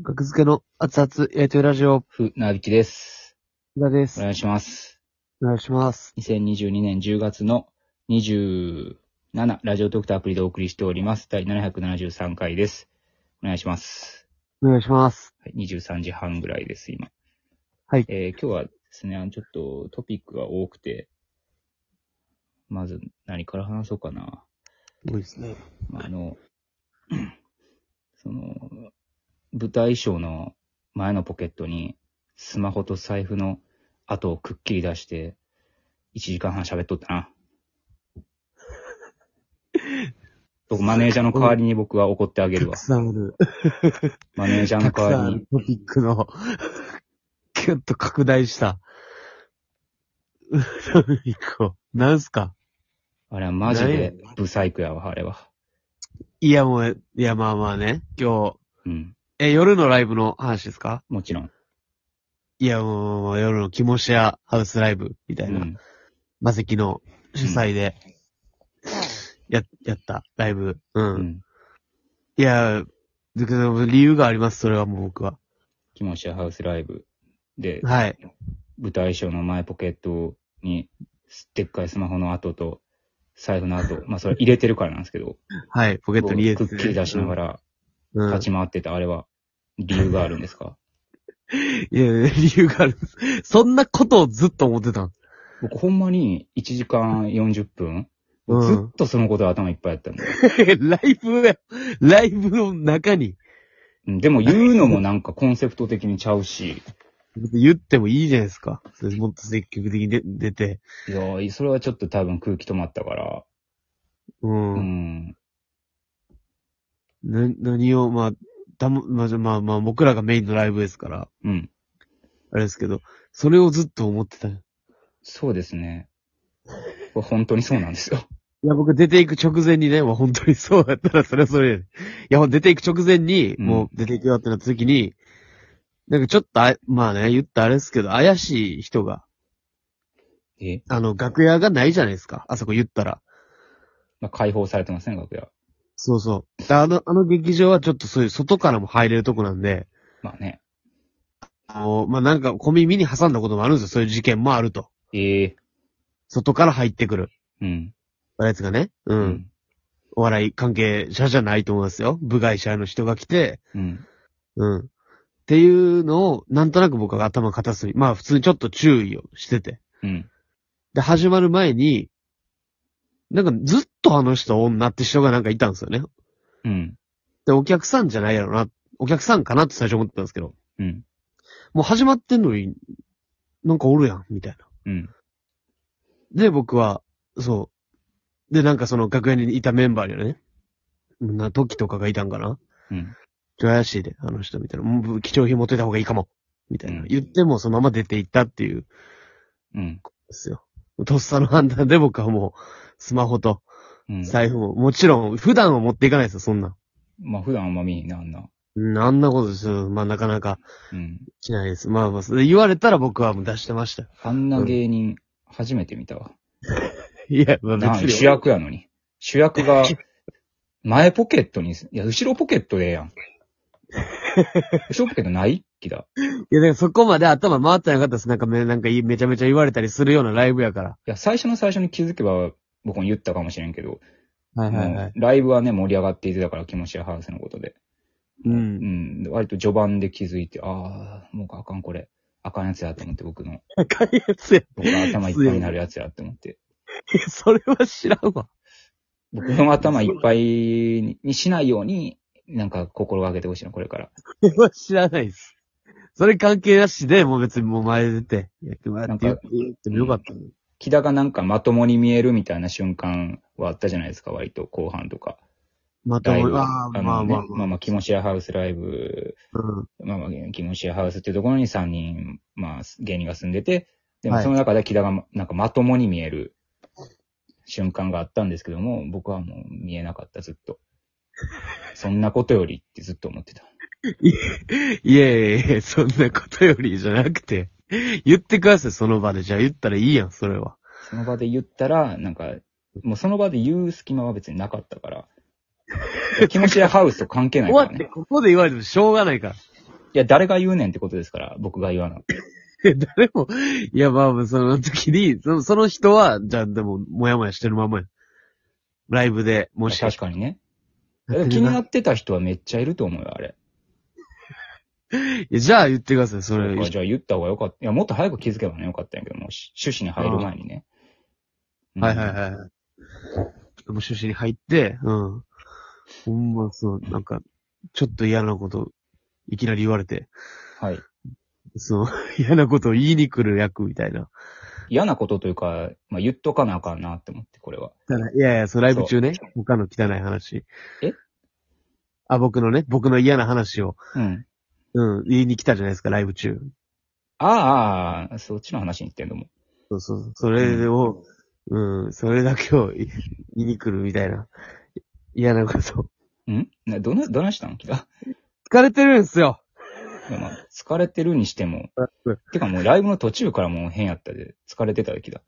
学付けの熱々やりとりラジオ、ふ、なびきです。伊田でおす。願いします。お願いします。 2022年10月の27、ラジオドクターアプリでお送りしております。第773回です。お願いします。お願いします。はい、23時半ぐらいです、今。はいえー今日はですね、あのちょっとトピックが多くて、まず何から話そうかな。多いですね。まあ、あの、その、舞台衣装の前のポケットに、スマホと財布の跡をくっきり出して、1時間半喋っとった な。僕、マネージャーの代わりに僕は怒ってあげるわたく。さんある。マネージャーのたくさ代んわありにる。トピックの、キュッと拡大した。トピックを。なんすかあれはマジで、ブサイクやわ、あれは。いやもう、いやまあまあね。今日、うん。え、夜のライブの話ですかもちろん。いやもう、もう夜のキモシアハウスライブみたういな。ん。マセキの主催で、や、やった、ライブ。うん。うん。いや、だけど理由があります、それはもう僕は。キモシアハウスライブで、はい。舞台衣装の前ポケットに、でっかいスマホの跡と、財布の跡、まあそれ入れてるからなんですけど、はい、ポケットに入れてくっきり出しながらうんうん立ち回ってた、あれは、理由があるんで すかいや、理由があるんです。そんなことをずっと思ってたん。僕ほんまに1時間40分、うんずっとそのことで頭いっぱいやったんだよ。 ライブだよライブの中に、うんでも言うのもなんかコンセプト的にちゃうし、言ってもいいじゃないですか。それもっと積極的に出出て。いやーそれはちょっと多分空気止まったから、う。うんん。な、何を、まあ、だも、まあ、まあ、まあ、僕らがメインのライブですから、うん。あれですけど、それをずっと思ってた。いそうですね。これ本当にそうなんですよ。 や、僕出ていく直前にね、まあ本当にそうやったら、それはそれで。いや、ほん出ていく直前に、うんもう出ていくよってなった時に、なんかちょっとあ、まあね、言ったらあれですけど、怪しい人が、え、あの、楽屋がないじゃないですか。あそこ言ったら。まあ、解放されてますね、楽屋。そうそう。であの、あの劇場はちょっとそういう外からも入れるとこなんで、まあね。あの、まあ、なんか小耳に挟んだこともあるんですよ。そういう事件もあると。ええ外から入ってくる。うん。やつがね。う。。うんお笑い関係者じゃないと思いますよ。部外者の人が来て、うん。うん。っていうのを、なんとなく僕は頭片隅。まあ普通にちょっと注意をしてて。うん。で、始まる前に、なんかずっとあの人女って人がなんかいたんですよね。うん。で、お客さんじゃないやろな。お客さんかなって最初思ってたんですけど、うん。もう始まってんのに、なんかおるやん、みたいな。うん。で、僕は、そう。で、なんかその楽屋にいたメンバーにはね、な、トキとかがいたんかなうん。ちょ、怪しいで、あの人、みたいな。もう貴重品持ってた方がいいかも。みたいな。うん言っても、そのまま出て行ったっていう、うん。ですよ。とっさの判断で僕はもう、スマホとうん。財布も、もちろん、普段は持っていかないですよ、そんな。まあ、普段あんま見えへんな、あんな。うん、あんなことですよ。まあ、なかなか。うん。しないです。まあまあ、それ言われたら僕はもう出してましたよ。 あんな芸人、初めて見たわ。いや、まあな別に。主役やのに。主 役が、前ポケットに、いや、後ろポケットでええやん。後ろポケットない木だ。いいや、だからそこまで頭回ってなかったです。なんかめ、なんかいめちゃめちゃ言われたりするようなライブやから。や、最初の最初に気づけば、僕も言ったかもしれんけど、はもう。ライブはね、盛り上がっていてたから、気持ちやハウスのことで。う。うんん。割と序盤で気づいて、ああ、もうあかんこれ。あかんやつやと思って、僕の。高いやつや。僕が頭いっぱいになるやつやって思って。いやそれは知らんわ。僕の頭いっぱいにしないように、なんか心がけてほしいの、これから。それは知らないです。それ関係なしで、もう別にもう前出て、やってもらって言って言ってもよかったのに。木田がなんかまともに見えるみたいな瞬間はあったじゃないですか、割と後半とか。まとライもブに。ああ、のまあねまあままああ。まあ、キモシアハウスライブ、うん。まあまあ、キモシアハウスっていうところに3人、まあ、芸人が住んでて、ではもいその中で木田がまなんかまともに見える瞬間があったんですけども、僕はもう見えなかった、ずっと。そんなことよりってずっと思ってた。いやいやいや、そんなことよりじゃなくて、言ってください、その場で。じゃあ言ったらいいやん、それは。その場で言ったら、なんか、もうその場で言う隙間は別にな かったから。気持ちやハウスと関係ない終かわらって、ね。ここで言われてもしょうがないから。や、誰が言うねんってことですから、僕が言わな。 誰も、いや、まあ、その時に、そのその人は、じゃあ、でも、もやもやしてるままや。ライブで、もし。確かにね。でも気になってた人はめっちゃいると思うよ、あれ。いやじゃあ言ってください、それ。そうかじゃあ言った方がよかった。いや、もっと早く気づけばね、よかったんやけども、し趣旨に入る前にね。うんはいはいはい。もう趣旨に入って、うん。ほんまそう、なんか、ちょっと嫌なこと、いきなり言われて、はい。そう、 嫌なことを言いに来る役みたいな。嫌なことというか、まあ、言っとかなあかんなって思って、これは。ただいやいや、そう、ライブ中ね、他の汚い話。えあ、僕のね、僕の嫌な話を、うん。うん、言いに来たじゃないですか、ライブ中。ああ、ああ、そっちの話に行ってんのも。そうそう、それを、うん、それだけをい言いに来るみたいな。嫌なこと。んなどな、どないしたん気が。疲れてるんすよいやまあ、疲れてるにしても。てかもうライブの途中からもう変やったで、疲れてた気だ。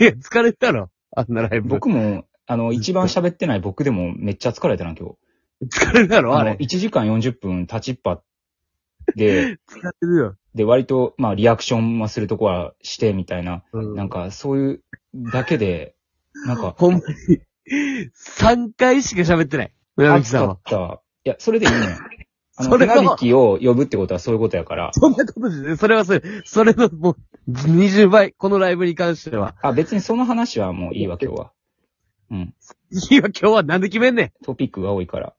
いや、疲れたろあんなライブ。僕も、あの、一番喋ってない僕でもめっちゃ疲れたな、今日。疲れたろああの、れ。 1時間40分立ちっぱ 疲で、れてるよ。で、割と、まあ、リアクションはするとこはして、みたいな。うんなんか、そういうだけで、なんか、ほんまに、3回しか喋ってない。村木暑さんかはっ。た。いや、それでいいねん。 あの、それ船が引きを呼ぶってことはそういうことやから。そんなことじゃない。それはそれ。それのもう、20倍。このライブに関しては。あ、別にその話はもういいわ、今日は。うん。いや、今日はなんで決めんねん。トピックが多いから。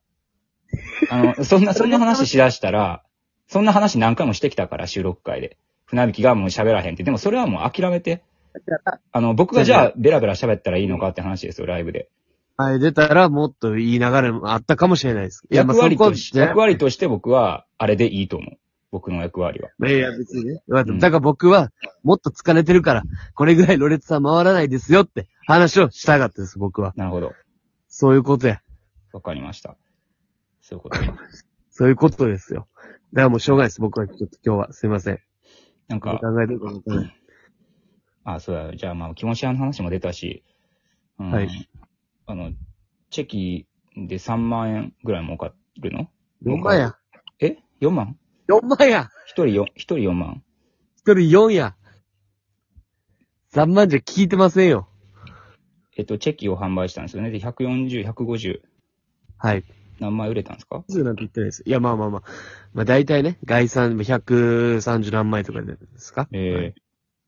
あの、そんな、そんな話しだしたら、そんな話何回もしてきたから、収録会で。船引きがもう喋らへんって。でもそれはもう諦めて。あの、僕がじゃあ、ベラベラ喋ったらいいのかって話ですよ、ライブで。はい、出たらもっといい流れもあったかもしれないです。いや、まあ、役そ割ことし、じゃ役割として僕は、あれでいいと思う。僕の役割は。いや、別にね。だんから僕は、もっと疲れてるから、これぐらいロレツさん回らないですよって話をしたかったです、僕は。なるほど。そういうことや。わかりました。そういうことか。そういうことですよ。だからもうしょうがないです、僕は。ちょっと今日は、すいません。なんか、考えてるかもわかんない。あ、そうや。じゃあまあ、気持ち屋の話も出たし、うんはい。あの、チェキで3万円ぐらい儲かるの4万や。え ?4 万4万や一人よ、一人4万一人4や !3 万じゃ聞いてませんよ。えっと、チェキを販売したんですよね。で、140、150、はい。何枚売れたんですか50なんて言ってないです。いや、まあまあまあ。まあ大体ね、概算130何枚とかですかええ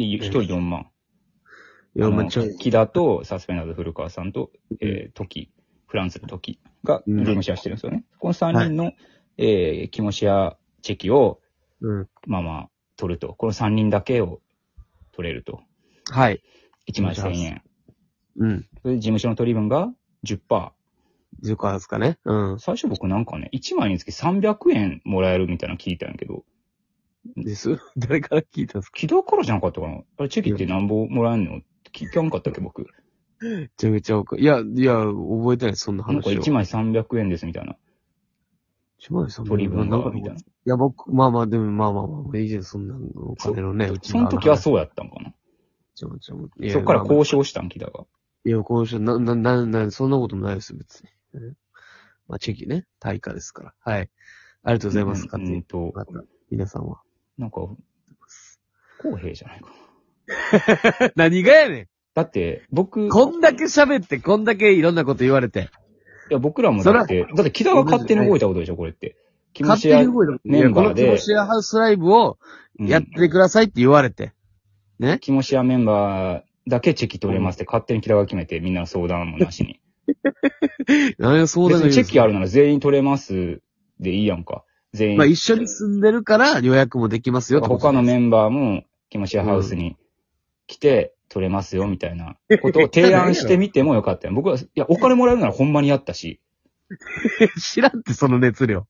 で、一人4万。え。4あ万のちょい。木田と、サスペンダーズ古川さんと、えー、トキ、フランスのトキが、ルうんームシェアしてるんですよね。この3人の、えー、キモシアチェキを、うん。まあまあ、取ると。この3人だけを取れると。はい。 1枚1000円。うん。それで事務所の取り分が10%。 10個ですかね。うん。最初僕なんかね、1枚につき300円もらえるみたいなの聞いたんやけど、です。 誰から聞いたんですか木田からじゃなかったかなあれ、チェキってなんぼもらえんのって聞かんかったっけ、僕。めちゃめちゃ多く。いや、いや、覚えてない、そんななん話かを。 1枚300円ですみたいな。一枚そんな取り分がん、かみたいな。いや、僕、まあまあ、でも、まあまあまあ、いいじゃん、そんなお金のね。その時はそそうやったんかっな。そっから交渉したん、木田が。いや、こうした、な、な、な、な、そんなこともないです、別に。うんまあ、チェキね、対価ですから。はい。ありがとうございます、う勝手んに。と、また皆さんは。なんか、公平じゃないかな。 何がやねだって、僕、んいこんだけ喋って、こんだけいろんなこと言われて。や、僕らもだって、だって木田が勝手に動いたことでしょ、これって。気持ち勝や手に動いたメンバーいやこのキでモ、シアハウスライブをやってくださいって言われて。ね気持ちやメンバーだけチェキ取れますって勝手に木田が決めて、みんなの相談もなしに。何を相別談にチェキあある。るなら全員取れますでいいやんか。全員。まあ、一緒に住んでるから予約もできますよってこと他のメンバーも気持ちやハウスに来て取れますよみたいなことを提案してみてもよかったよ。僕は、いや、お金もらえるならほんまにやったし、 知らんって、その熱量。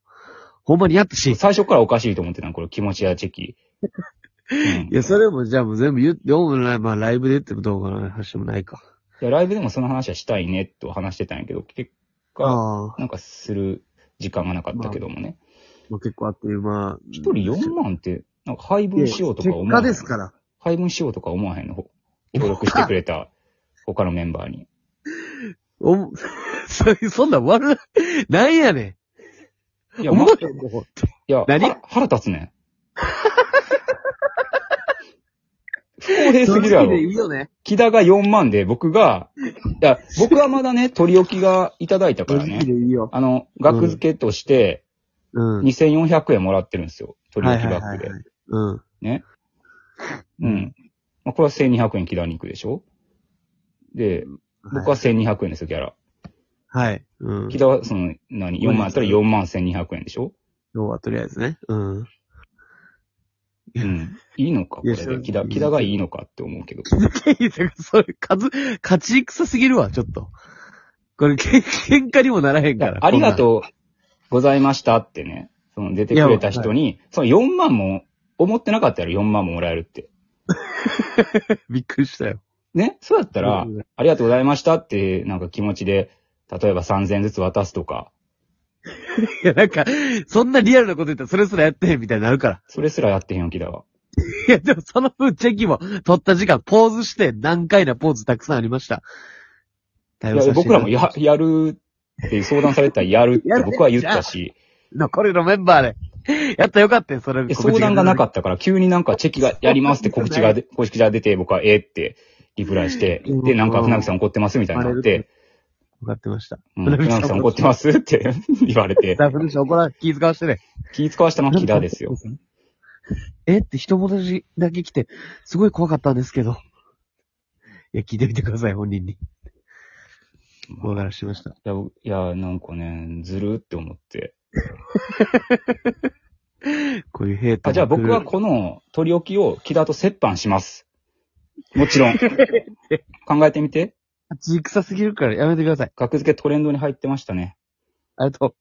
ほんまにやったし。最初からおかしいと思ってたの、これ気持ちやチェキ。ういんや、それも、じゃあもう全部言って、どうもないまあ、ライブで言ってもどうかな話でもないか。いや、ライブでもその話はしたいねと話してたんやけど、結果、ああ。なんかする時間がなかったけどもね。まあ、結構あっという間。一人4万って、なんか配分しようとか思結わ果へんです。から。配分しようとか思わへんの方。協力してくれた他のメンバーに。 お、そ、そんなん悪い。なんやねいや、思ま、わいへんのや、何は腹立つね ん。不公平すぎる正やろ直。でいいよね。木田が4万で、僕が、いや、僕はま だね、取り置きがいただいたか正ら直ね、でいいよ。あの、額付けとして、うん。 2400円もらってるんですよ。取り置きは額いはいでは。いうん。うん。まあ、これは1200円木田に行くでしょで、僕は1200円ですよ、ギャラ。はい、はい。うん。木田は、その、何、4万やったら4万1200円でしょ今日はとりあえずね。うん。うん。いいのか、こいやれで。正直木田、木田がいいのかって思うけど。いやそういう数、勝ち臭すぎるわ、ちょっと。これ、けん喧嘩にもならへんいかやら。ありがとうございましたってね、その出てくれた人に、その4万も、思ってなかったら4万ももらえるって。う。びっくりしたよ。ねそうだったら、うんありがとうございましたって、なんか気持ちで、例えば3000円ずつ渡すとか、いや、なんか、そんなリアルなこと言ったらそれすらやってへんみたいになるから。それすらやってへんよ、木田は。いや、でもその分、チェキも取った時間、ポーズして、難解なポーズたくさんありました。対いや、僕らもや、やるって相談されたらやるって僕は言ったし、残りのメンバーで。やったらよかったよ、それ。で相談がなかっったから、急になんかチェキがやりますって告知がで、公式が出て、僕はええってリプライして、うんで、なんか船木さん怒ってますみたいになって、た。分かってました。ううんん船木さん怒ってますって 言われてダ、ブルショー、これは気遣わしてね。気使わしたのは木田ですよ。えって一文字だけ来て、すごい怖かったんですけど。いや、聞いてみてください、本人に。怖がらしました。いや、いやなんかね、ずるって思って。こういうヘイト。あ、じゃあ僕は、この取り置きを木田と折半します。もち ろん。考えてみて。ち臭すぎるからやめてください。格付けトレンドに入ってましたね。ありがとう。